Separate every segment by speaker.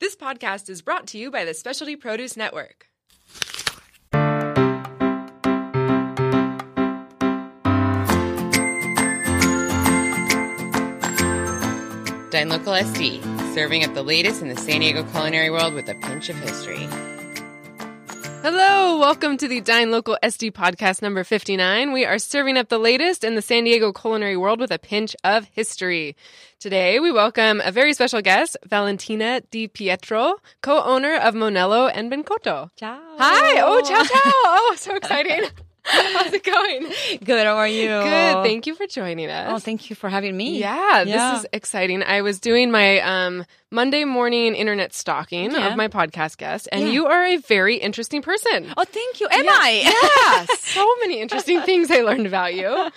Speaker 1: This podcast is brought to you by the Specialty Produce Network.
Speaker 2: Dine Local SD, serving up the latest in the San Diego culinary world with a pinch of history.
Speaker 1: Hello, welcome to the Dine Local SD podcast number 59. We are serving up the latest in the San Diego culinary world with a pinch of history. Today, we welcome a very special guest, Valentina Di Pietro, co owner of Monello and Bencoto.
Speaker 3: Ciao.
Speaker 1: Hi. Oh, ciao, ciao. Oh, so exciting. How's it going?
Speaker 3: Good. How are you?
Speaker 1: Good. Thank you for joining us.
Speaker 3: Oh, thank you for having me.
Speaker 1: Yeah,
Speaker 3: Yeah.
Speaker 1: this is exciting. I was doing my um, Monday morning internet stalking
Speaker 3: Yeah.
Speaker 1: of my podcast guest, and
Speaker 3: Yeah.
Speaker 1: you are a very interesting person.
Speaker 3: Oh, thank you. Am I?
Speaker 1: Yeah, so many interesting things I learned about you.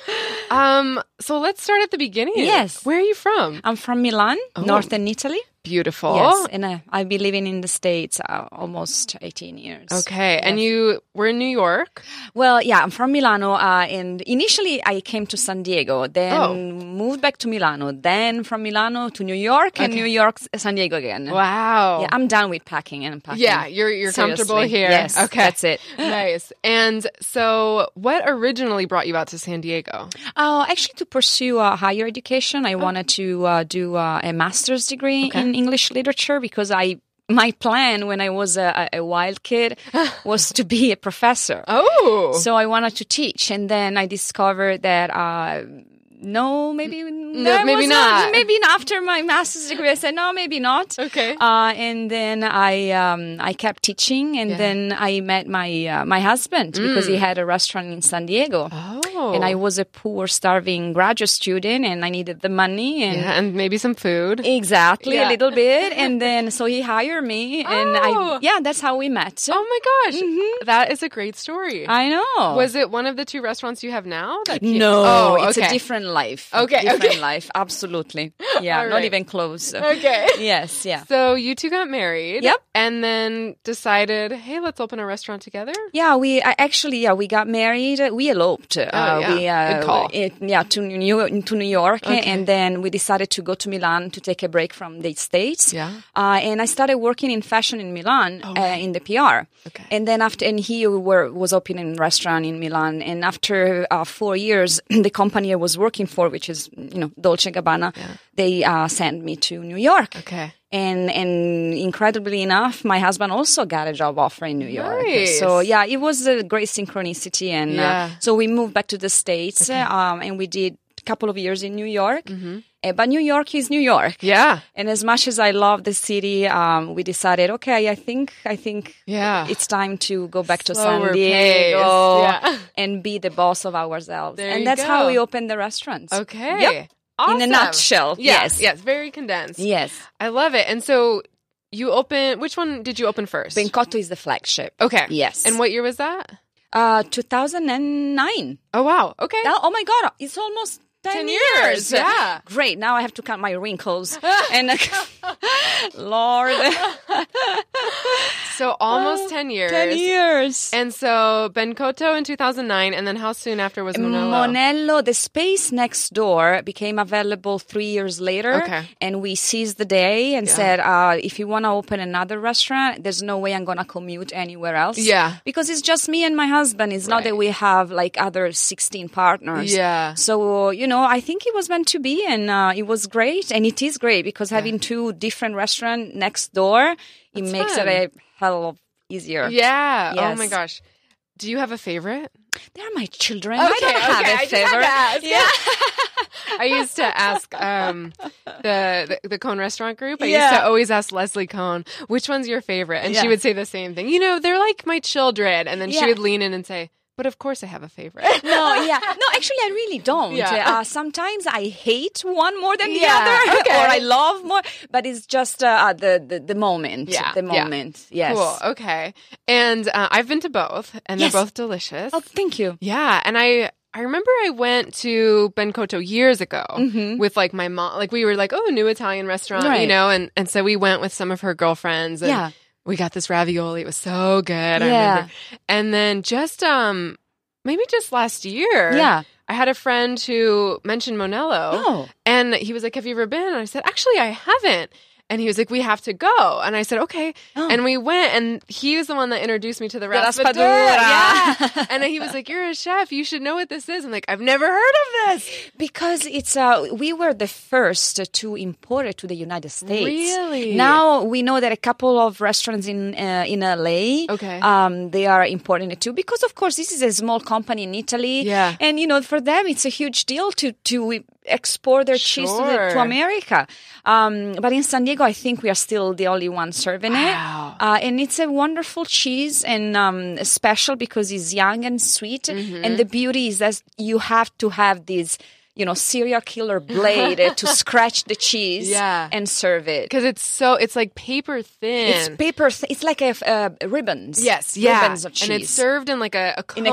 Speaker 1: Um, so let's start at the beginning.
Speaker 3: Yes.
Speaker 1: Where are you from?
Speaker 3: I'm from Milan,
Speaker 1: Oh.
Speaker 3: northern Italy.
Speaker 1: Beautiful.
Speaker 3: Yes, and uh, I've been living in the States uh, almost 18 years.
Speaker 1: Okay, and you were in New York.
Speaker 3: Well, yeah, I'm from Milano, uh, and initially I came to San Diego, then
Speaker 1: Oh.
Speaker 3: moved back to Milano, then from Milano to New York, and New York, San Diego again.
Speaker 1: Wow.
Speaker 3: Yeah, I'm done with packing and packing.
Speaker 1: Yeah, you're you're comfortable
Speaker 3: Seriously.
Speaker 1: here.
Speaker 3: Yes,
Speaker 1: okay,
Speaker 3: that's it.
Speaker 1: nice. And so, what originally brought you out to San Diego?
Speaker 3: Oh, actually, to pursue uh, higher education,
Speaker 1: Oh.
Speaker 3: I wanted to uh, do uh, a master's degree in English literature because I my plan when I was a, a a wild kid was to be a professor.
Speaker 1: Oh,
Speaker 3: So I wanted to teach, and then I discovered that. Uh, no, maybe that
Speaker 1: maybe
Speaker 3: was
Speaker 1: not.
Speaker 3: Maybe after my master's degree, I said no, maybe not.
Speaker 1: Okay.
Speaker 3: Uh, and then I um, I kept teaching, and then I met my uh, my husband because
Speaker 1: Mm.
Speaker 3: he had a restaurant in San Diego.
Speaker 1: oh,
Speaker 3: And I was a poor, starving graduate student, and I needed the money and
Speaker 1: yeah, and maybe some food.
Speaker 3: exactly
Speaker 1: Yeah.
Speaker 3: a little bit. And then so he hired me, and
Speaker 1: Oh.
Speaker 3: I yeah, that's how we met.
Speaker 1: Oh my gosh,
Speaker 3: Mm-hmm.
Speaker 1: that is a great story.
Speaker 3: I know.
Speaker 1: was it one of the two restaurants you have now? That came-
Speaker 3: no,
Speaker 1: oh,
Speaker 3: it's a
Speaker 1: okay.
Speaker 3: different life.
Speaker 1: Okay,
Speaker 3: different
Speaker 1: okay.
Speaker 3: life. Absolutely. Yeah,
Speaker 1: All
Speaker 3: not
Speaker 1: right.
Speaker 3: even close.
Speaker 1: Okay.
Speaker 3: Yes, yeah.
Speaker 1: So you two got married.
Speaker 3: Yep.
Speaker 1: And then decided, hey, let's open a restaurant together.
Speaker 3: Yeah, we I actually yeah we got married. uh, We eloped. Uh,
Speaker 1: Oh, yeah.
Speaker 3: We, uh,
Speaker 1: Good call.
Speaker 3: It, yeah, to New to New York, and then we decided to go to Milan to take a break from the States.
Speaker 1: Yeah. Oh,
Speaker 3: uh, and I started working in fashion in Milan uh, in the PR.
Speaker 1: Okay.
Speaker 3: and then after and he were, was opening a restaurant in Milan, and after uh, four years, the company I was working for, which is you know Dolce Gabbana, they uh, sent me to New York.
Speaker 1: Okay.
Speaker 3: And and incredibly enough, my husband also got a job offer in New York.
Speaker 1: Nice.
Speaker 3: So yeah, it was a great synchronicity, and
Speaker 1: Yeah.
Speaker 3: uh, so we moved back to the states, um, and we did a couple of years in New York.
Speaker 1: Mm-hmm.
Speaker 3: Uh, but New York is New York,
Speaker 1: Yeah.
Speaker 3: and as much as I love the city, um, we decided, okay, I think I think
Speaker 1: Yeah.
Speaker 3: it's time to go back to
Speaker 1: Ah. Slower
Speaker 3: San
Speaker 1: pace,
Speaker 3: Diego
Speaker 1: yeah.
Speaker 3: and be the boss of ourselves.
Speaker 1: There you
Speaker 3: and that's how
Speaker 1: go.
Speaker 3: we opened the restaurants.
Speaker 1: Okay.
Speaker 3: Yep. In a
Speaker 1: Awesome.
Speaker 3: nutshell.
Speaker 1: Yeah,
Speaker 3: Yes.
Speaker 1: Yes. Very condensed.
Speaker 3: Yes.
Speaker 1: I love it. And so you open, which one did you open first?
Speaker 3: Bencotto is the flagship.
Speaker 1: Okay.
Speaker 3: Yes.
Speaker 1: And what year was that?
Speaker 3: Uh, 2009.
Speaker 1: Oh, wow. Okay.
Speaker 3: Now- oh my God, it's almost 10,
Speaker 1: 10 years, yeah.
Speaker 3: Great. Now I have to count my wrinkles. and Lord,
Speaker 1: so almost 10 years.
Speaker 3: 10 years.
Speaker 1: And so Bencoto in 2009. And then how soon after was Monello?
Speaker 3: Monello, the space next door became available three years later.
Speaker 1: Okay.
Speaker 3: And we seized the day and said, uh, if you want to open another restaurant, there's no way I'm going to commute anywhere else.
Speaker 1: Yeah.
Speaker 3: Because it's just me and my husband. It's not that we have like other 16 partners.
Speaker 1: Yeah.
Speaker 3: So, you know, I think it was meant to be and uh, it was great. And it is great because having two different restaurants next door, it makes
Speaker 1: fun.
Speaker 3: it a hell of easier.
Speaker 1: Yeah. Oh
Speaker 3: Yes.
Speaker 1: my gosh. Do you have a favorite?
Speaker 3: They're my children.
Speaker 1: Okay,
Speaker 3: I don't have
Speaker 1: okay,
Speaker 3: a
Speaker 1: I just had to
Speaker 3: favorite.
Speaker 1: ask.
Speaker 3: Yeah.
Speaker 1: I used to ask um, the, the the Cone Restaurant Group. I used
Speaker 3: Yeah.
Speaker 1: to always ask Leslie Cone, "Which one's your favorite?" And she
Speaker 3: Yeah.
Speaker 1: would say the same thing. You know, they're like my children. And then she
Speaker 3: Yeah.
Speaker 1: would lean in and say, "But of course, I have a favorite."
Speaker 3: No, yeah. No, actually, I really don't.
Speaker 1: Yeah.
Speaker 3: Uh, sometimes I hate one more than the
Speaker 1: Yeah,
Speaker 3: other,
Speaker 1: okay.
Speaker 3: or I love more. But it's just uh, uh, the, the the moment.
Speaker 1: Yeah,
Speaker 3: The
Speaker 1: yeah.
Speaker 3: moment. Yes.
Speaker 1: Cool. Okay. And uh, I've been to both, and
Speaker 3: Yes.
Speaker 1: they're both delicious.
Speaker 3: Oh, thank you.
Speaker 1: Yeah, and I I remember I went to Bencoto years ago with like my mom. Like we were like, oh, new Italian restaurant, you
Speaker 3: Mm-hmm. Right.
Speaker 1: know, and and so we went with some of her girlfriends. And
Speaker 3: Yeah.
Speaker 1: we got this ravioli. It was so good. I
Speaker 3: Yeah.
Speaker 1: remember. And then just um maybe just last year,
Speaker 3: Yeah.
Speaker 1: I had a friend who mentioned Monello,
Speaker 3: Oh.
Speaker 1: and he was like, "Have you ever been?" And I said, "Actually, I haven't." And he was like, "We have to go." And I said, "Okay."
Speaker 3: Oh.
Speaker 1: And we went, and he was the one that introduced me to the
Speaker 3: The
Speaker 1: raspadura.
Speaker 3: raspadura.
Speaker 1: Yeah. and then he was like, "You're a chef. You should know what this is." I'm like, "I've never heard of this."
Speaker 3: Because it's uh, we were the first to import it to the United States.
Speaker 1: Really?
Speaker 3: Now we know that a couple of restaurants in uh, in LA,
Speaker 1: Okay.
Speaker 3: um, they are importing it too. Because of course, this is a small company in Italy,
Speaker 1: Yeah.
Speaker 3: and you know for them it's a huge deal to to export their cheese to, the- to
Speaker 1: Sure.
Speaker 3: America. Um, but in San Diego, I think we are still the only one serving
Speaker 1: Wow.
Speaker 3: it, uh, and it's a wonderful cheese and um, special because it's young and sweet.
Speaker 1: Mm-hmm.
Speaker 3: And the beauty is that you have to have this. You know, serial killer blade to scratch the cheese
Speaker 1: Yeah.
Speaker 3: and serve it.
Speaker 1: Because it's so it's like paper thin.
Speaker 3: It's paper. Th- it's like a f- uh, ribbons.
Speaker 1: Yes, yeah.
Speaker 3: ribbons of cheese.
Speaker 1: And it's served in like a, a cone.
Speaker 3: In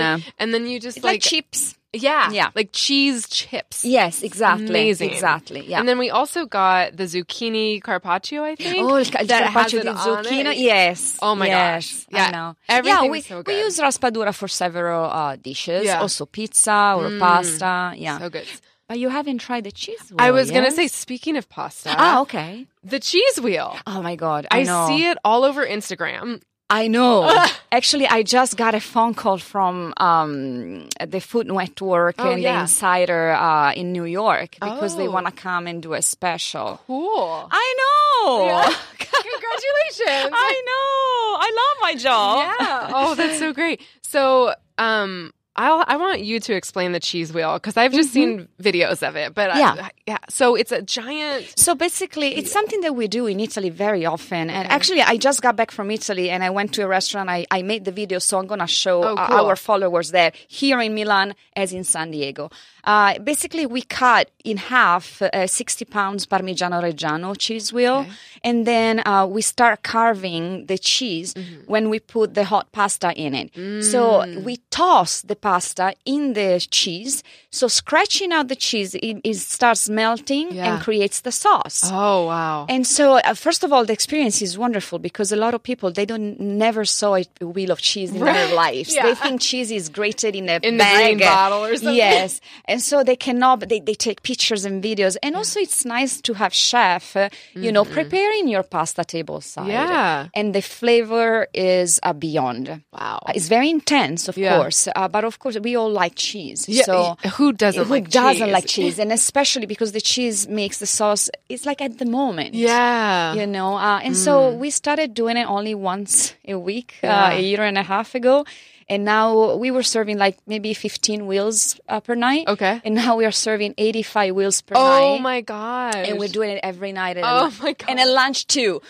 Speaker 3: a cone.
Speaker 1: And then you just
Speaker 3: It's like, chips.
Speaker 1: Yeah.
Speaker 3: Yeah.
Speaker 1: Like cheese chips.
Speaker 3: Yes, exactly.
Speaker 1: Amazing.
Speaker 3: Exactly. Yeah.
Speaker 1: And then we also got the zucchini carpaccio, I think.
Speaker 3: Oh, il ca- il
Speaker 1: that has
Speaker 3: carpaccio
Speaker 1: it
Speaker 3: di
Speaker 1: on
Speaker 3: zucchino.
Speaker 1: it.
Speaker 3: Yes.
Speaker 1: Oh my
Speaker 3: yes,
Speaker 1: gosh. Yeah.
Speaker 3: I know.
Speaker 1: Everything
Speaker 3: yeah, we,
Speaker 1: is so
Speaker 3: we
Speaker 1: good.
Speaker 3: use raspadura for several uh, dishes.
Speaker 1: Yeah. Mm.
Speaker 3: Also pizza or pasta. Yeah.
Speaker 1: So good.
Speaker 3: but you haven't tried the cheese.
Speaker 1: I
Speaker 3: roll,
Speaker 1: was going to
Speaker 3: yes?
Speaker 1: say, speaking of pasta,
Speaker 3: Ah, okay.
Speaker 1: the cheese wheel.
Speaker 3: Oh my god.
Speaker 1: I,
Speaker 3: I, know.
Speaker 1: see it all over Instagram.
Speaker 3: I know. Actually, I just got a phone call from um, the Food Network
Speaker 1: Oh,
Speaker 3: and
Speaker 1: yeah.
Speaker 3: the Insider uh, in New York because they
Speaker 1: Oh.
Speaker 3: want to come and do a special.
Speaker 1: Cool.
Speaker 3: I know.
Speaker 1: Yeah. Congratulations.
Speaker 3: I know. I love my job.
Speaker 1: Yeah. Oh, that's so great. So, um, I'll, I want you to explain the cheese wheel because I've just seen videos of it. But
Speaker 3: Mm-hmm. Yeah.
Speaker 1: I, yeah. So it's a giant.
Speaker 3: So basically, it's something that we do in Italy very often. And actually, I just got back from Italy and I went to a restaurant. I, I made the video, so I'm going to show
Speaker 1: Oh,
Speaker 3: uh,
Speaker 1: cool.
Speaker 3: our followers there here in Milan as in San Diego. Uh, basically, we cut in half uh, 60 pounds Parmigiano Reggiano cheese wheel. And then uh, we start carving the cheese when we put the hot pasta in it. So we toss the pasta in the cheese. So scratching out the cheese, it, it starts melting
Speaker 1: Yeah.
Speaker 3: and creates the sauce.
Speaker 1: Oh, wow.
Speaker 3: And so, uh, first of all, the experience is wonderful because a lot of people they don't never saw a wheel of cheese in their lives.
Speaker 1: Yeah.
Speaker 3: They think cheese is grated in a
Speaker 1: In the
Speaker 3: bag,
Speaker 1: green bottle or something.
Speaker 3: Yes, and so they cannot. They, they take pictures and videos, and also it's nice to have chef, uh, you know, preparing your pasta table side.
Speaker 1: Mm-hmm. Yeah.
Speaker 3: and the flavor is uh, beyond.
Speaker 1: Wow.
Speaker 3: Uh, It's very intense, of
Speaker 1: Yeah.
Speaker 3: course, uh, but of course we all like cheese.
Speaker 1: Yeah,
Speaker 3: so
Speaker 1: y- who doesn't
Speaker 3: who
Speaker 1: like
Speaker 3: doesn't
Speaker 1: cheese?
Speaker 3: like cheese, and especially because the cheese makes the sauce. It's like at the moment
Speaker 1: Yeah. Mm.
Speaker 3: you know uh, and so we started doing it only once a week uh, a year and a half ago and now we were serving like maybe 15 wheels uh, per night
Speaker 1: Okay.
Speaker 3: and now we are serving 85 wheels per
Speaker 1: Oh
Speaker 3: night
Speaker 1: my god!
Speaker 3: and we're doing it every night and
Speaker 1: Oh my
Speaker 3: and at
Speaker 1: God.
Speaker 3: lunch too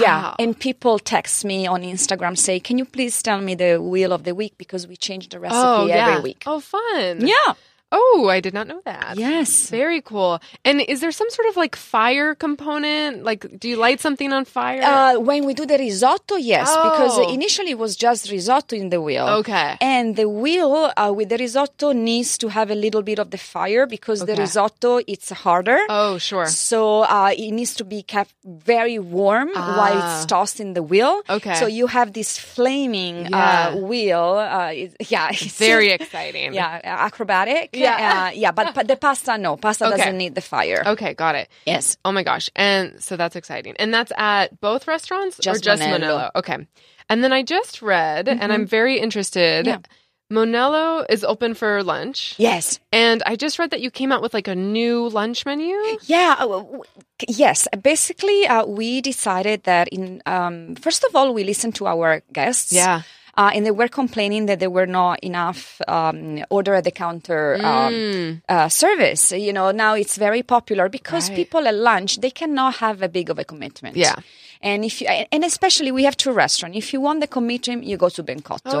Speaker 3: yeah and people text me on instagram say can you please tell me the wheel of the week because we change the recipe
Speaker 1: oh
Speaker 3: every
Speaker 1: yeah.
Speaker 3: week
Speaker 1: Oh fun.
Speaker 3: yeah
Speaker 1: Oh, I did not know that.
Speaker 3: yes
Speaker 1: Very cool. And is there some sort of like fire component? Like, do you light something on fire?
Speaker 3: Uh, when we do the risotto, yes,
Speaker 1: Oh.
Speaker 3: because initially it was just risotto in the wheel.
Speaker 1: Okay.
Speaker 3: And the wheel uh, with the risotto needs to have a little bit of the fire because the
Speaker 1: Okay.
Speaker 3: risotto it's harder.
Speaker 1: oh, sure.
Speaker 3: So uh, it needs to be kept very warm while it's tossed in the wheel.
Speaker 1: Ah. Okay.
Speaker 3: So you have this flaming
Speaker 1: Yeah.
Speaker 3: uh, wheel. Uh, it, yeah, it's
Speaker 1: Very exciting.
Speaker 3: yeah acrobatic.
Speaker 1: Yeah.
Speaker 3: uh, yeah. But but the pasta no, pasta
Speaker 1: Okay. Oh.
Speaker 3: doesn't need the fire.
Speaker 1: Okay, got it.
Speaker 3: Yes.
Speaker 1: Oh my gosh. And so that's exciting. And that's at both restaurants
Speaker 3: Just
Speaker 1: or just Monello?
Speaker 3: Monello.
Speaker 1: Okay. And then I just read, and I'm very interested.
Speaker 3: Mm-hmm. Yeah.
Speaker 1: Monello is open for lunch.
Speaker 3: Yes.
Speaker 1: And I just read that you came out with like a new lunch menu.
Speaker 3: Yeah, uh, w- c- yes. Basically, uh, we decided that in um, first of all, we listened to our guests.
Speaker 1: Yeah.
Speaker 3: Uh, and they were complaining that there were not enough um, order at the counter um, uh, service. You know, now it's very popular because
Speaker 1: Mm. Right.
Speaker 3: people at lunch they cannot have a big of a commitment.
Speaker 1: Yeah.
Speaker 3: and if you, and especially we have two restaurants. If you want the commitment, you go to Bencotto.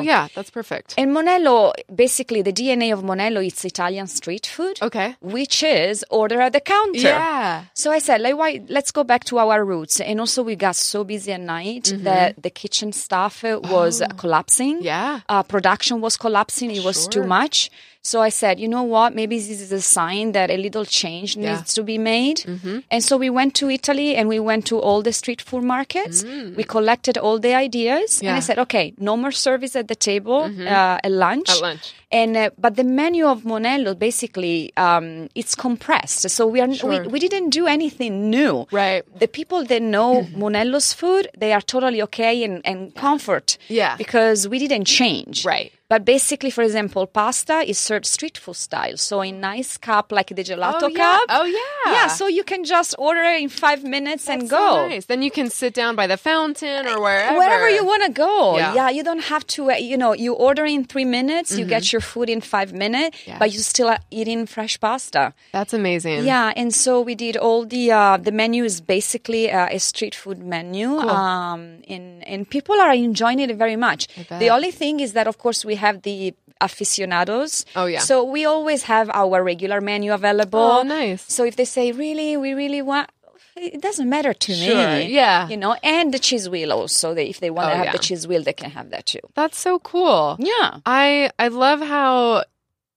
Speaker 1: Oh, yeah. That's perfect.
Speaker 3: And Monello, basically, the DNA of Monello, it's Italian street food.
Speaker 1: Okay.
Speaker 3: Which is order at the counter.
Speaker 1: Yeah.
Speaker 3: So I said, like, why, let's go back to our roots. And also, we got so busy at night that the kitchen staff uh, was collapsing.
Speaker 1: Yeah.
Speaker 3: Uh, production was collapsing. It was
Speaker 1: Sure.
Speaker 3: too much. So I said, you know what? Maybe this is a sign that a little change
Speaker 1: Yeah. Mm-hmm.
Speaker 3: needs to be made. And so we went to Italy and we went to all the street food markets. We collected all the ideas.
Speaker 1: Mm.
Speaker 3: And
Speaker 1: Yeah. Mm-hmm.
Speaker 3: I said, okay, no more service at the table uh, at lunch.
Speaker 1: At lunch.
Speaker 3: And uh, but the menu of Monello basically um, it's compressed. So we are
Speaker 1: Sure.
Speaker 3: we, we didn't do anything new.
Speaker 1: Right.
Speaker 3: The people that know Monello's food, they are totally okay and, and comfort.
Speaker 1: Yeah.
Speaker 3: Because we didn't change.
Speaker 1: Right.
Speaker 3: But basically, for example, pasta is served street food style. So in nice cup like the gelato
Speaker 1: Oh, yeah.
Speaker 3: cup.
Speaker 1: Oh, yeah.
Speaker 3: Yeah. So you can just order it in five minutes and
Speaker 1: So
Speaker 3: go.
Speaker 1: nice. Then you can sit down by the fountain or wherever.
Speaker 3: Wherever you want to go.
Speaker 1: Yeah.
Speaker 3: Yeah. you don't have to, uh, you know, you order in three minutes, you get your food in five minutes,
Speaker 1: Mm-hmm. Yeah.
Speaker 3: but you still are eating fresh pasta.
Speaker 1: That's amazing.
Speaker 3: Yeah, and so we did all the, uh, the menu is basically uh, a street food menu. Um, and, and people are enjoying it very much. The only thing is that, of course, we have the aficionados.
Speaker 1: Oh, yeah.
Speaker 3: So we always have our regular menu available.
Speaker 1: Oh, nice.
Speaker 3: So if they say, really, we really want, it doesn't matter to
Speaker 1: Sure,
Speaker 3: me.
Speaker 1: yeah.
Speaker 3: You know, and the cheese wheel also. They, if they want
Speaker 1: Oh,
Speaker 3: to have the
Speaker 1: yeah.
Speaker 3: cheese wheel, they can have that too.
Speaker 1: That's so cool.
Speaker 3: Yeah.
Speaker 1: I I love how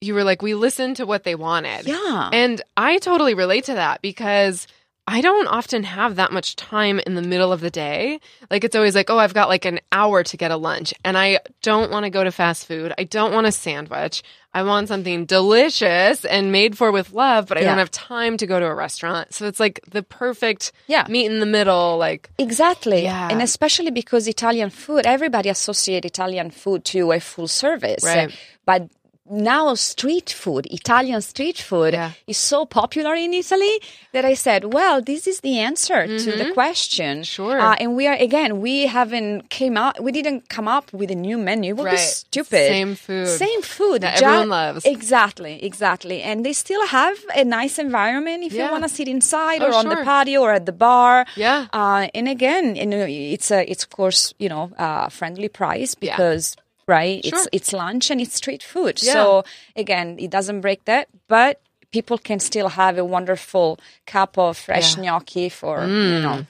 Speaker 1: you were like we listened to what they wanted.
Speaker 3: Yeah.
Speaker 1: And I totally relate to that because I don't often have that much time in the middle of the day. Like it's always like, oh, I've got like an hour to get a lunch and I don't want to go to fast food. I don't want a sandwich. I want something delicious and made for with love, but I
Speaker 3: Yeah.
Speaker 1: don't have time to go to a restaurant. So it's like the perfect
Speaker 3: Yeah.
Speaker 1: meet in the middle like
Speaker 3: Exactly.
Speaker 1: Yeah.
Speaker 3: And especially because Italian food, everybody associate Italian food to a full service.
Speaker 1: Right.
Speaker 3: But now street food, Italian street food
Speaker 1: Yeah.
Speaker 3: is so popular in Italy that I said, well, this is the answer to the question.
Speaker 1: Mm-hmm. Sure.
Speaker 3: Uh, and we are, again, we haven't came out, we didn't come up with a new menu. It would be
Speaker 1: Right.
Speaker 3: stupid.
Speaker 1: Same food.
Speaker 3: Same food.
Speaker 1: That
Speaker 3: Ju-
Speaker 1: everyone loves.
Speaker 3: Exactly. Exactly. And they still have a nice environment if
Speaker 1: Yeah.
Speaker 3: you want to sit inside
Speaker 1: Oh,
Speaker 3: or on the
Speaker 1: sure.
Speaker 3: patio or at the bar.
Speaker 1: Yeah.
Speaker 3: Uh, and again, you know, it's a, it's of course, you know, uh, friendly price
Speaker 1: Yeah.
Speaker 3: because right, it's
Speaker 1: Sure.
Speaker 3: it's lunch and it's street food.
Speaker 1: Yeah.
Speaker 3: So again, it doesn't break that, but people can still have a wonderful cup of fresh
Speaker 1: Yeah. Mm.
Speaker 3: gnocchi for you know.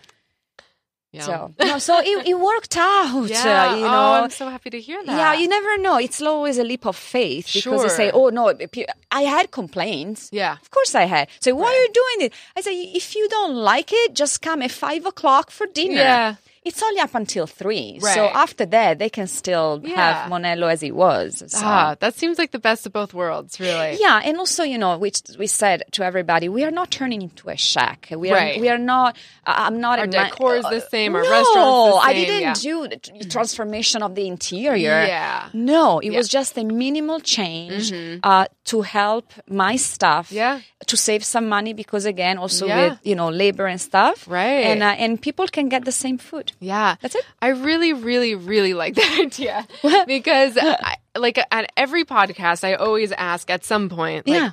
Speaker 1: yeah.
Speaker 3: So no, so it, it worked out.
Speaker 1: yeah.
Speaker 3: uh, you
Speaker 1: oh,
Speaker 3: know.
Speaker 1: I'm so happy to hear that.
Speaker 3: yeah, you never know. It's always a leap of faith because they say,
Speaker 1: Sure.
Speaker 3: "Oh no, if you- I had complaints."
Speaker 1: Yeah.
Speaker 3: Of course I had. So why are you doing it? I said, if you don't like it, just come at five o'clock for dinner.
Speaker 1: Yeah.
Speaker 3: It's only up until three. So
Speaker 1: Right.
Speaker 3: after that, they can still
Speaker 1: Yeah.
Speaker 3: have Monello as it was. So.
Speaker 1: Ah, that seems like the best of both worlds, really.
Speaker 3: Yeah, and also you know, which we said to everybody, we are not turning into a shack. We are,
Speaker 1: Right.
Speaker 3: we are not. I- I'm not.
Speaker 1: Our
Speaker 3: a ma-
Speaker 1: decor is the same, our
Speaker 3: no,
Speaker 1: restaurant's the
Speaker 3: I
Speaker 1: same,
Speaker 3: didn't
Speaker 1: yeah.
Speaker 3: do the t- transformation of the interior.
Speaker 1: Yeah. Mm-hmm.
Speaker 3: No, it was just a minimal change uh, to help my staff.
Speaker 1: Yeah.
Speaker 3: To save some money because again, also
Speaker 1: Yeah.
Speaker 3: with you know labor and stuff.
Speaker 1: Right.
Speaker 3: And uh, and people can get the same food.
Speaker 1: Yeah.
Speaker 3: That's it.
Speaker 1: I really, really, really like that idea because, I, like, at every podcast, I always ask at some point, like,
Speaker 3: yeah.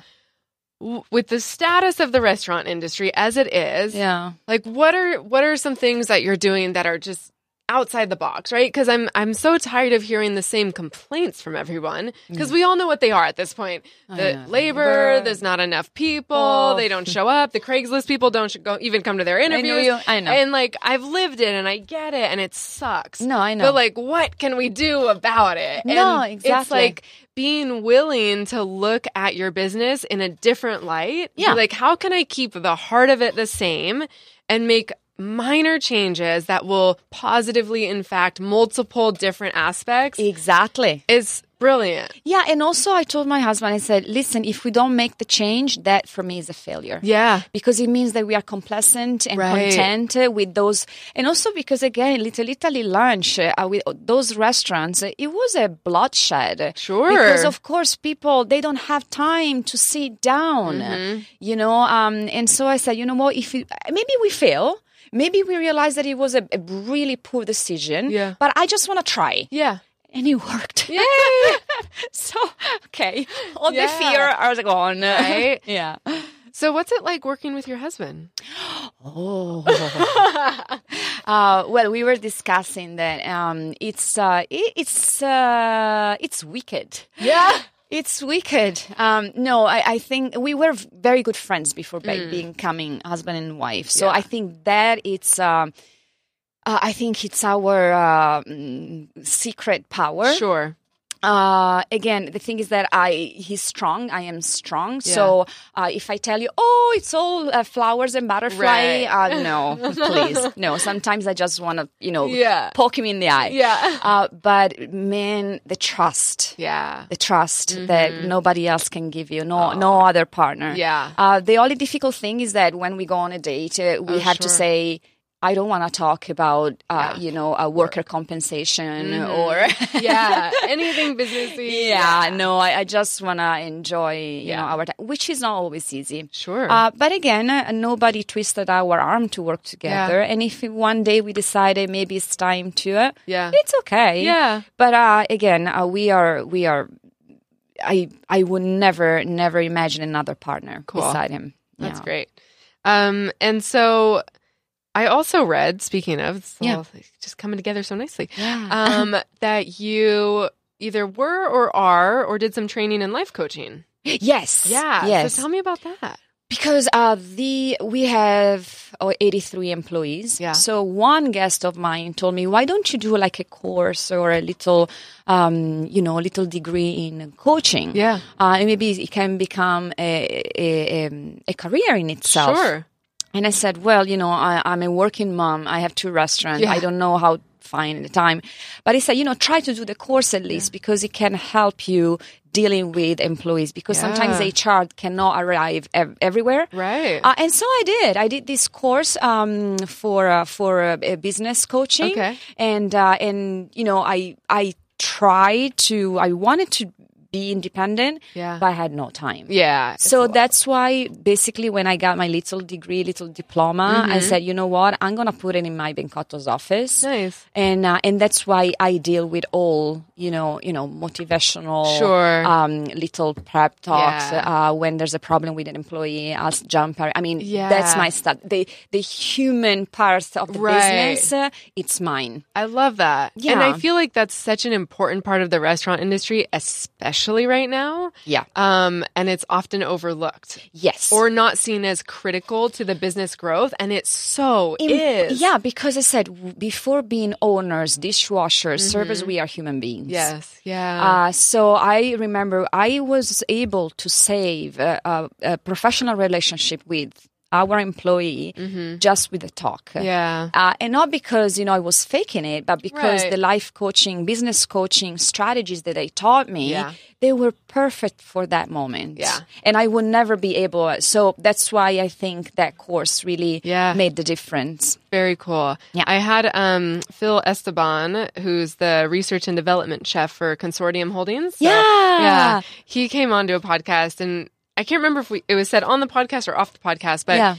Speaker 1: w- with the status of the restaurant industry as it is,
Speaker 3: Yeah.
Speaker 1: like, what are what are some things that you're doing that are just outside the box, right? Because I'm I'm so tired of hearing the same complaints from everyone
Speaker 3: Mm.
Speaker 1: because we all know what they are at this point. The
Speaker 3: yeah.
Speaker 1: labor, there's not enough people,
Speaker 3: Oh.
Speaker 1: they don't show up. The Craigslist people don't sh- go, even come to their
Speaker 3: know
Speaker 1: interviews.
Speaker 3: you- I know.
Speaker 1: And like I've lived it and I get it and it sucks.
Speaker 3: No, I know.
Speaker 1: But like what can we do about it?
Speaker 3: No,
Speaker 1: And It's
Speaker 3: exactly.
Speaker 1: like being willing to look at your business in a different light.
Speaker 3: Yeah.
Speaker 1: Like, how can I keep the heart of it the same and make minor changes that will positively impact multiple different aspects?
Speaker 3: E Exactly.
Speaker 1: It's brilliant.
Speaker 3: Yeah, and also I told my husband, I said, listen, if we don't make the change, that for me is a failure.
Speaker 1: Yeah.
Speaker 3: Because it means that we are complacent and
Speaker 1: Right.
Speaker 3: content uh, with those. And also because, again, Little Italy lunch uh, with those restaurants, uh, it was a bloodshed.
Speaker 1: Sure.
Speaker 3: Because, of course, people, they don't have time to sit down,
Speaker 1: Mm-hmm.
Speaker 3: you know. Um, and so I said, you know what, if you, maybe we fail. Maybe we realize that it was a, a really poor decision.
Speaker 1: Yeah.
Speaker 3: But I just want to try.
Speaker 1: Yeah.
Speaker 3: And it worked.
Speaker 1: Yay.
Speaker 3: So okay, all
Speaker 1: Yeah.
Speaker 3: the fear are gone.
Speaker 1: Right?
Speaker 3: yeah.
Speaker 1: so, what's it like working with your husband?
Speaker 3: Oh. uh, well, we were discussing that um, it's uh, it, it's uh, it's wicked.
Speaker 1: Yeah.
Speaker 3: It's wicked. Um, no, I, I think we were v- very good friends before be- becoming husband and wife. So
Speaker 1: Yeah.
Speaker 3: I think that it's. Um, uh, I think it's our uh, mm, uh, secret power.
Speaker 1: Sure.
Speaker 3: uh, again, the thing is that I he's strong. I am strong. So uh, if I tell you, oh, it's all uh, flowers and
Speaker 1: Right.
Speaker 3: butterfly, uh, no, please, no. Sometimes I just want to, you know,
Speaker 1: Yeah.
Speaker 3: poke him in the eye.
Speaker 1: Yeah.
Speaker 3: Uh, but man, the trust,
Speaker 1: Yeah.
Speaker 3: the trust that nobody else can give you, no, no other partner.
Speaker 1: Mm-hmm. Oh. Yeah.
Speaker 3: Uh, the only difficult thing is that when we go on a date, uh, we have to
Speaker 1: Oh, sure.
Speaker 3: say. I don't want to talk about, uh,
Speaker 1: Yeah. Mm-hmm.
Speaker 3: you know, uh, worker compensation or
Speaker 1: Yeah. Anything businessy.
Speaker 3: yeah, no, I, I just want to enjoy, you
Speaker 1: Yeah.
Speaker 3: know, our time, which is not always easy.
Speaker 1: Sure.
Speaker 3: Uh, but again, uh, nobody twisted our arm to work together. And if one day we decided maybe it's time to, uh,
Speaker 1: Yeah.
Speaker 3: it's okay.
Speaker 1: Yeah.
Speaker 3: But uh, again, uh, we are, we are, I, I would never, never imagine another partner beside him.
Speaker 1: That's
Speaker 3: Yeah.
Speaker 1: great. Um, and so I also read, speaking of, it's
Speaker 3: Yeah.
Speaker 1: all just coming together so nicely,
Speaker 3: Yeah. Uh,
Speaker 1: um, that you either were or are or did some training in life coaching.
Speaker 3: yes.
Speaker 1: Yeah.
Speaker 3: Yes.
Speaker 1: So tell me about that.
Speaker 3: Because uh, the we have oh, 83 employees.
Speaker 1: Yeah.
Speaker 3: So one guest of mine told me, why don't you do like a course or a little, um, you know, a little degree in coaching?
Speaker 1: Yeah.
Speaker 3: Uh, and maybe it can become a, a, um, a, a career in itself.
Speaker 1: Sure.
Speaker 3: And I said, well, you know, I, I'm a working mom. I have two restaurants.
Speaker 1: Yeah.
Speaker 3: I don't know how to find the time. But he said, you know, try to do the course at least because it can help you dealing with employees because sometimes HR cannot arrive ev- everywhere.
Speaker 1: Right.
Speaker 3: Uh, and so I did. I did this course um, for uh, for uh, uh, business coaching,
Speaker 1: Okay.
Speaker 3: and uh, and you know I I tried to I wanted to be independent,
Speaker 1: Yeah.
Speaker 3: but I had no time.
Speaker 1: yeah.
Speaker 3: So that's why basically when I got my little degree, little diploma, I
Speaker 1: Mm-hmm.
Speaker 3: said, you know what, I'm gonna put it in my Bencotto's office.
Speaker 1: Nice.
Speaker 3: And uh, and that's why I deal with all you know you know motivational
Speaker 1: Sure.
Speaker 3: um, little prep talks
Speaker 1: Yeah.
Speaker 3: uh, when there's a problem with an employee I'll jump ar- I mean that's
Speaker 1: Yeah.
Speaker 3: my stuff the the human part of the
Speaker 1: Right.
Speaker 3: business uh, it's mine
Speaker 1: I love that. And
Speaker 3: Yeah.
Speaker 1: I feel like that's such an important part of the restaurant industry, especially right now.
Speaker 3: yeah
Speaker 1: Um, and it's often overlooked.
Speaker 3: yes
Speaker 1: or not seen as critical to the business growth, and it so
Speaker 3: Im-
Speaker 1: is.
Speaker 3: yeah because I said w- before being owners dishwashers servers we are human beings
Speaker 1: Mm-hmm. Yes. Yeah.
Speaker 3: Uh, so I remember I was able to save a, a, a professional relationship with our employee just with a talk.
Speaker 1: Mm-hmm. yeah.
Speaker 3: Uh, and not because you know I was faking it, but because
Speaker 1: Right.
Speaker 3: the life coaching, business coaching strategies that they taught me,
Speaker 1: Yeah.
Speaker 3: they were perfect for that moment.
Speaker 1: Yeah.
Speaker 3: and I would never be able. So that's why I think that course really
Speaker 1: Yeah.
Speaker 3: made the difference.
Speaker 1: Very cool.
Speaker 3: Yeah.
Speaker 1: I had um, Phil Esteban, who's the research and development chef for Consortium Holdings. So,
Speaker 3: Yeah.
Speaker 1: Yeah. He came onto a podcast, and I can't remember if we, it was said on the podcast or off the podcast, but
Speaker 3: Yeah.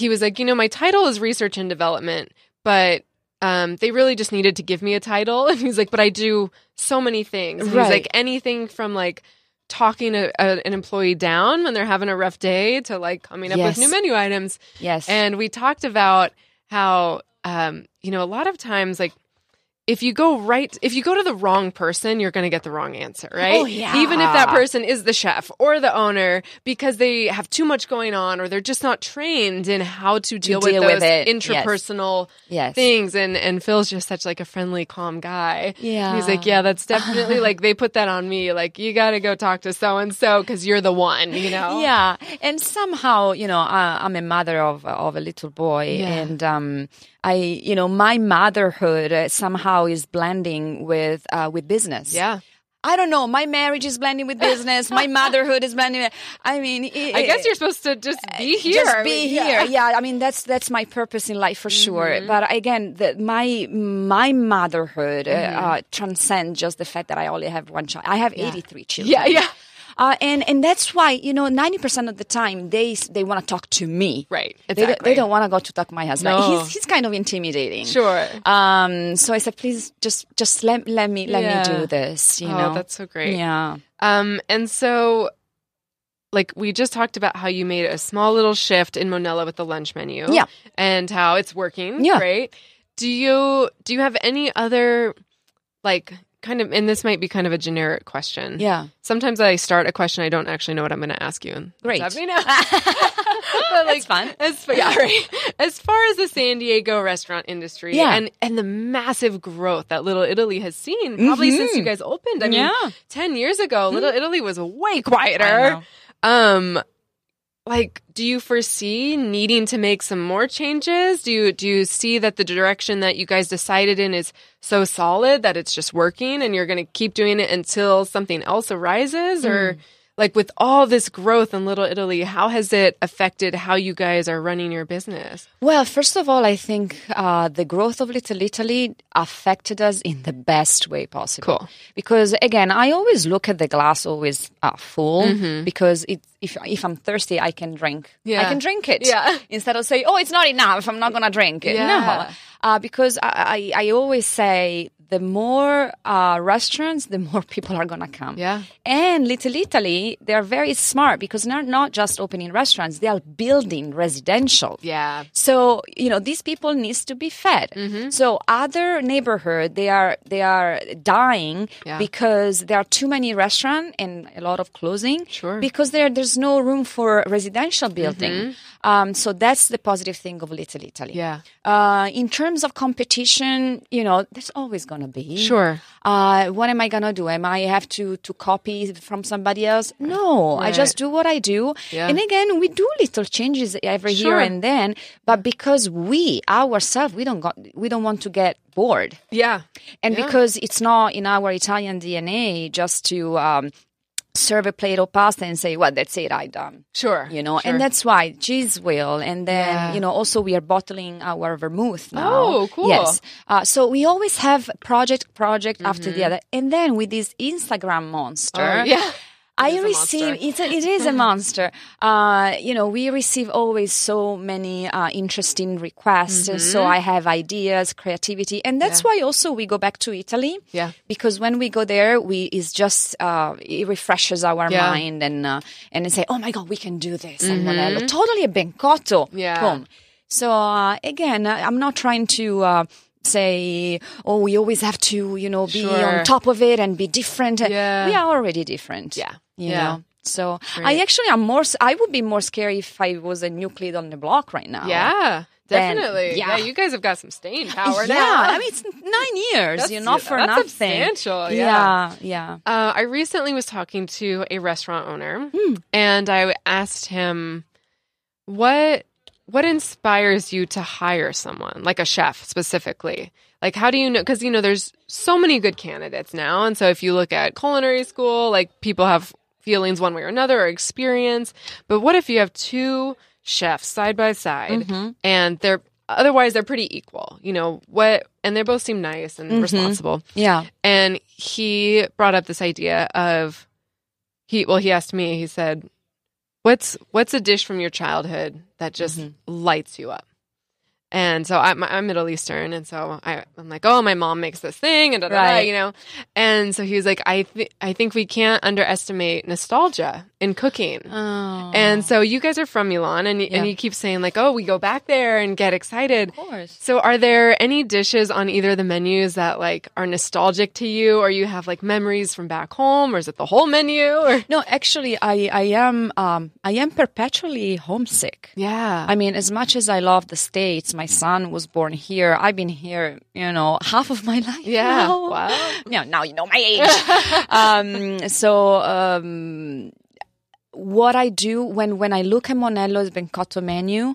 Speaker 1: he was like, you know, my title is research and development, but. Um, they really just needed to give me a title. And he's like, but I do so many things. And He's
Speaker 3: Right.
Speaker 1: like, anything from like talking a, a, an employee down when they're having a rough day to like coming up
Speaker 3: Yes.
Speaker 1: with new menu items.
Speaker 3: Yes,
Speaker 1: And we talked about how, um, you know, a lot of times, like, if you go right, if you go to the wrong person, you're going to get the wrong answer, right?
Speaker 3: Oh, yeah.
Speaker 1: Even if that person is the chef or the owner, because they have too much going on or they're just not trained in how to deal,
Speaker 3: deal
Speaker 1: with
Speaker 3: with
Speaker 1: those
Speaker 3: it, yes.
Speaker 1: interpersonal
Speaker 3: yes,
Speaker 1: things. And and Phil's just such like a friendly, calm guy.
Speaker 3: yeah.
Speaker 1: He's like, yeah, that's definitely like they put that on me. Like, you got to go talk to so and so because you're the one, you know?
Speaker 3: Yeah, and somehow you know I, I'm a mother of of a little boy,
Speaker 1: Yeah.
Speaker 3: and um, I you know my motherhood uh, somehow is blending with uh, with business.
Speaker 1: Yeah.
Speaker 3: I don't know. My marriage is blending with business. my motherhood is blending. With, I mean, it,
Speaker 1: I guess you're supposed to just be here.
Speaker 3: Uh, just
Speaker 1: I
Speaker 3: be
Speaker 1: mean, yeah. Mm-hmm.
Speaker 3: here. Yeah. I mean that's that's my purpose in life for sure. But again, the, my my motherhood uh, uh, transcends just the fact that I only have one child. I have 83 children.
Speaker 1: Mm-hmm. Yeah, yeah.
Speaker 3: Uh, and and that's why you know ninety percent of the time they s- they want to talk to me.
Speaker 1: Right,
Speaker 3: They don't-
Speaker 1: exactly.
Speaker 3: They, don't want to go to talk to my husband.
Speaker 1: No.
Speaker 3: He's he's kind of intimidating.
Speaker 1: Sure.
Speaker 3: Um. So I said, please just just let let me let
Speaker 1: Yeah.
Speaker 3: me do this. You
Speaker 1: oh,
Speaker 3: know.
Speaker 1: that's so great.
Speaker 3: Yeah.
Speaker 1: Um, and so, like, we just talked about how you made a small little shift in Monella with the lunch menu.
Speaker 3: Yeah.
Speaker 1: And how it's working.
Speaker 3: Yeah.
Speaker 1: Right. Do you do you have any other like kind of, and this might be kind of a generic question.
Speaker 3: Yeah.
Speaker 1: Sometimes I start a question I don't actually know what I'm going to ask you. And
Speaker 3: Great.
Speaker 1: Let me know. but like,
Speaker 3: That's fun.
Speaker 1: As far, yeah, right. As far as the San Diego restaurant industry
Speaker 3: Yeah.
Speaker 1: and, and the massive growth that Little Italy has seen, probably since you guys opened. I mean,
Speaker 3: Mm-hmm. Yeah.
Speaker 1: 10 years ago, Little Italy was way
Speaker 3: I
Speaker 1: quieter.
Speaker 3: know.
Speaker 1: Um, like, do you foresee needing to make some more changes? Do you, do you see that the direction that you guys decided in is so solid that it's just working and you're going to keep doing it until something else arises? Or, like, with all this growth in Little Italy, how has it affected how you guys are running your business?
Speaker 3: Well, first of all, I think uh, the growth of Little Italy affected us in the best way possible.
Speaker 1: Cool.
Speaker 3: Because again, I always look at the glass always uh, full because it, if if I'm thirsty, I can drink. I
Speaker 1: Mm-hmm. Yeah.
Speaker 3: can drink it.
Speaker 1: Yeah.
Speaker 3: Instead of say, oh, it's not enough. I'm not gonna drink it.
Speaker 1: Yeah.
Speaker 3: No. Uh, because I, I I always say the more uh, restaurants, the more people are gonna come.
Speaker 1: Yeah.
Speaker 3: And Little Italy, they are very smart because they're not just opening restaurants; they are building residential.
Speaker 1: Yeah.
Speaker 3: So you know these people needs to be fed.
Speaker 1: Mm-hmm.
Speaker 3: So other neighborhood they are they are dying
Speaker 1: Yeah.
Speaker 3: because there are too many restaurant and a lot of closing.
Speaker 1: Sure. Mm-hmm.
Speaker 3: Because there there's no room for residential building. Um, so that's the positive thing of Little Italy.
Speaker 1: Yeah.
Speaker 3: Uh, in terms of competition, you know, there's always gonna be.
Speaker 1: Sure.
Speaker 3: Uh, what am I gonna do? Am I have to to copy from somebody else? No, I just do what I do.
Speaker 1: Yeah.
Speaker 3: And again, we do little changes every
Speaker 1: Sure.
Speaker 3: here and then, but because we ourselves we don't got, we don't want to get bored,
Speaker 1: Yeah.
Speaker 3: and because it's not in our Italian DNA just to. Um, serve a plate of pasta and say well that's it i done
Speaker 1: Sure.
Speaker 3: you know
Speaker 1: Sure.
Speaker 3: and that's why cheese will and then
Speaker 1: Yeah.
Speaker 3: you know also we are bottling our vermouth now
Speaker 1: Oh, cool.
Speaker 3: yes uh, so we always have project project after the other and then with this instagram monster
Speaker 1: Mm-hmm. Oh, yeah.
Speaker 3: I
Speaker 1: is a
Speaker 3: receive
Speaker 1: monster.
Speaker 3: it's a, it is a monster. Uh, you know, we receive always so many uh, interesting requests, and so
Speaker 1: Mm-hmm.
Speaker 3: I have ideas, creativity, and that's why also we go back to Italy.
Speaker 1: Yeah.
Speaker 3: because when we go there, we is just uh, it refreshes our
Speaker 1: Yeah.
Speaker 3: mind and uh, and they say, oh my god, we can do this, and whatever. Totally a bencotto.
Speaker 1: Mm-hmm. Yeah.
Speaker 3: Boom. So uh, again, I- I'm not trying to. Uh, Say, oh, we always have to, you know, be
Speaker 1: Sure.
Speaker 3: on top of it and be different.
Speaker 1: Yeah.
Speaker 3: We are already different.
Speaker 1: Yeah.
Speaker 3: You
Speaker 1: Yeah.
Speaker 3: know? So I actually am more, s- I would be more scary if I was a new kid on the block right now.
Speaker 1: Yeah.
Speaker 3: Then-
Speaker 1: Definitely. yeah.
Speaker 3: yeah.
Speaker 1: You guys have got some staying power
Speaker 3: yeah,
Speaker 1: now.
Speaker 3: I mean it's nine years. You're not
Speaker 1: That's-
Speaker 3: for
Speaker 1: that's
Speaker 3: nothing.
Speaker 1: substantial,
Speaker 3: yeah, yeah.
Speaker 1: Uh, I recently was talking to a restaurant owner, and I asked him what what inspires you to hire someone like a chef specifically. Like, how do you know? Because you know, there's so many good candidates now, and so if you look at culinary school, like people have feelings one way or another or experience. But what if you have two chefs side by side,
Speaker 3: Mm-hmm.
Speaker 1: and they're otherwise they're pretty equal? You know what? And they both seem nice and responsible
Speaker 3: Yeah.
Speaker 1: and he brought up this idea of he well he asked me he said what's what's a dish from your childhood that just
Speaker 3: Mm-hmm.
Speaker 1: lights you up and so I'm, I'm Middle Eastern, and so I, I'm like, oh, my mom makes this thing, and da, da, da,
Speaker 3: Right.
Speaker 1: you know. And so he was like, I, th- I think we can't underestimate nostalgia in cooking.
Speaker 3: Oh,
Speaker 1: And so you guys are from Milan, and y
Speaker 3: Yeah.
Speaker 1: and you keep saying like, oh, we go back there and get excited.
Speaker 3: course.
Speaker 1: So, are there any dishes on either of the menus that like are nostalgic to you, or you have like memories from back home, or is it the whole menu? Or
Speaker 3: No, actually, I, I am, um, I am perpetually homesick.
Speaker 1: yeah,
Speaker 3: I mean, as much as I love the States, my son was born here. I've been here, you know, half of my life.
Speaker 1: Yeah.
Speaker 3: Now.
Speaker 1: Wow.
Speaker 3: No, now you know my age. um, so, um, what I do when, when I look at Monello's Bencotto menu,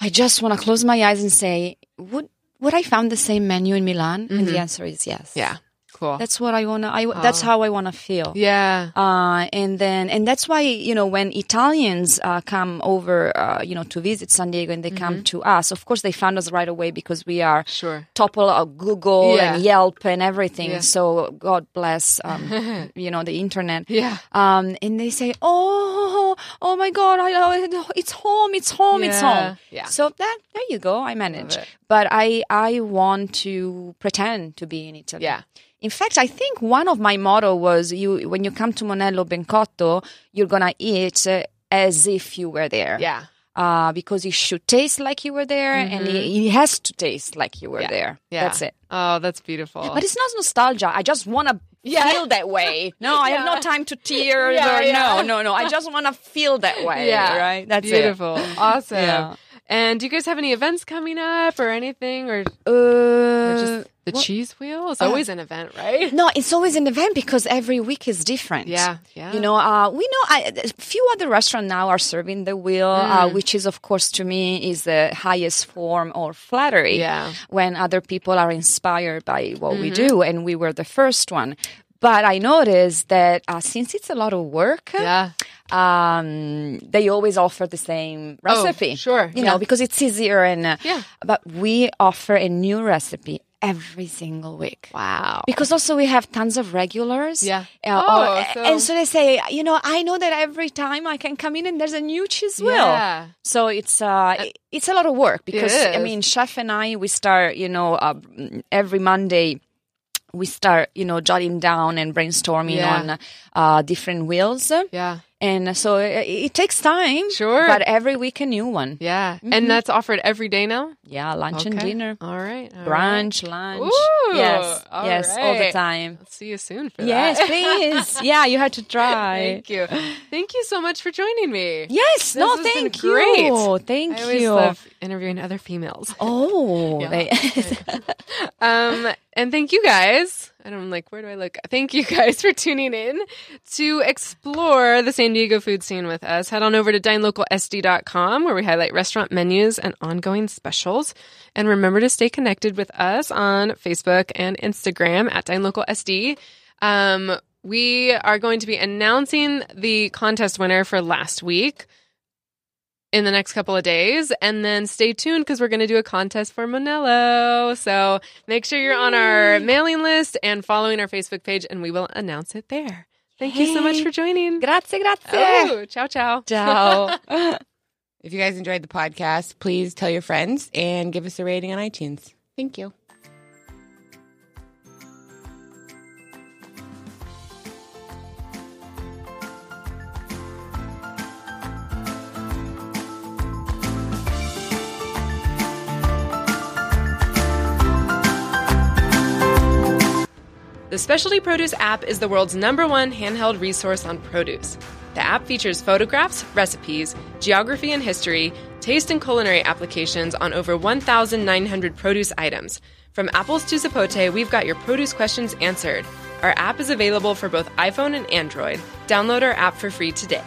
Speaker 3: I just want to close my eyes and say, would, would I found the same menu in Milan? And the answer is yes.
Speaker 1: Mm-hmm. yeah, cool.
Speaker 3: That's what I want to, I, that's how I want to feel.
Speaker 1: yeah,
Speaker 3: Uh, and then, and that's why you know when Italians uh, come over, uh, you know, to visit San Diego, and they
Speaker 1: Mm-hmm.
Speaker 3: come to us. Of course, they found us right away because we are
Speaker 1: sure.
Speaker 3: top of Google
Speaker 1: Yeah.
Speaker 3: and Yelp and everything.
Speaker 1: Yeah.
Speaker 3: So God bless, um, you know, the internet.
Speaker 1: Yeah.
Speaker 3: Um, and they say, oh, oh my God, I, I, it's home, it's home, it's
Speaker 1: Yeah.
Speaker 3: home.
Speaker 1: Yeah.
Speaker 3: So that there you go, I manage.
Speaker 1: it.
Speaker 3: But I I want to pretend to be in Italy.
Speaker 1: Yeah.
Speaker 3: In fact, I think one of my motto was you when you come to Monello Bencotto, you're gonna eat uh, as if you were there.
Speaker 1: Yeah,
Speaker 3: uh, because it should taste like you were there and it, it has to taste like you were there.
Speaker 1: Mm-hmm. Yeah.
Speaker 3: That's it.
Speaker 1: Oh, that's beautiful.
Speaker 3: But it's not nostalgia. I just want to
Speaker 1: Yeah.
Speaker 3: feel that way. No, I have no time to tears
Speaker 1: Yeah,
Speaker 3: or
Speaker 1: yeah.
Speaker 3: no, no, no. I just want to feel that way.
Speaker 1: yeah,
Speaker 3: Right? That's it.
Speaker 1: beautiful. Awesome.
Speaker 3: Yeah.
Speaker 1: And do you guys have any events coming up or anything or, or
Speaker 3: Uh,
Speaker 1: just the cheese wheel? It's always an event, right?
Speaker 3: no, it's always an event because every week is different.
Speaker 1: Yeah, yeah.
Speaker 3: You know, uh, we know I, a few other restaurants now are serving the wheel,
Speaker 1: Mm.
Speaker 3: uh, which is, of course, to me, is the highest form of flattery.
Speaker 1: Yeah. Mm-hmm.
Speaker 3: When other people are inspired by what we do, and we were the first one. But I noticed that uh, since it's a lot of work,
Speaker 1: Yeah.
Speaker 3: um, they always offer the same recipe.
Speaker 1: Oh, sure,
Speaker 3: You
Speaker 1: yeah.
Speaker 3: know, because it's easier and uh,
Speaker 1: Yeah.
Speaker 3: But we offer a new recipe every single week.
Speaker 1: Wow.
Speaker 3: Because also we have tons of regulars.
Speaker 1: Yeah.
Speaker 3: Uh,
Speaker 1: Oh,
Speaker 3: or-
Speaker 1: so-
Speaker 3: And so they say, you know, I know that every time I can come in and there's a new cheese wheel.
Speaker 1: Yeah.
Speaker 3: So it's uh, it- it's a lot of work because I
Speaker 1: is.
Speaker 3: mean, chef and I we start, you know, uh, every Monday we start, you know, jotting down and brainstorming
Speaker 1: Yeah.
Speaker 3: on uh, different wheels.
Speaker 1: Yeah.
Speaker 3: And so it, it takes time.
Speaker 1: Sure.
Speaker 3: But every week a new one. Yeah,
Speaker 1: Yeah. And that's offered every day now?
Speaker 3: lunch and
Speaker 1: Okay.
Speaker 3: dinner.
Speaker 1: All right. all right.
Speaker 3: Brunch, lunch.
Speaker 1: Ooh,
Speaker 3: yes.
Speaker 1: all
Speaker 3: yes, all the
Speaker 1: right.
Speaker 3: time.
Speaker 1: I'll see you soon for
Speaker 3: Yes,
Speaker 1: that.
Speaker 3: please. yeah, you had to try.
Speaker 1: Thank you. Thank you so much for joining me.
Speaker 3: Yes, no,
Speaker 1: has been
Speaker 3: thank
Speaker 1: great.
Speaker 3: you. Thank
Speaker 1: I always
Speaker 3: you.
Speaker 1: love interviewing other females.
Speaker 3: oh, they-
Speaker 1: Um, and thank you guys. And I'm like, where do I look? Thank you guys for tuning in to explore the San Diego food scene with us. Head on over to dinelocalsd.com where we highlight restaurant menus and ongoing specials. And remember to stay connected with us on Facebook and Instagram at dinelocalsd. Um, we are going to be announcing the contest winner for last week in the next couple of days. And then stay tuned because we're going to do a contest for Monello. So make sure you're on our mailing list and following our Facebook page, and we will announce it there. Thank you so much
Speaker 3: Yay.
Speaker 1: for joining.
Speaker 3: grazie, grazie.
Speaker 1: Oh, ciao, ciao.
Speaker 3: Ciao.
Speaker 2: If you guys enjoyed the podcast, please tell your friends and give us a rating on iTunes. Thank you.
Speaker 1: The Specialty Produce app is the world's number one handheld resource on produce. The app features photographs, recipes, geography and history, taste and culinary applications on over 1,900 produce items. From apples to zapote, we've got your produce questions answered. Our app is available for both iPhone and Android. Download our app for free today.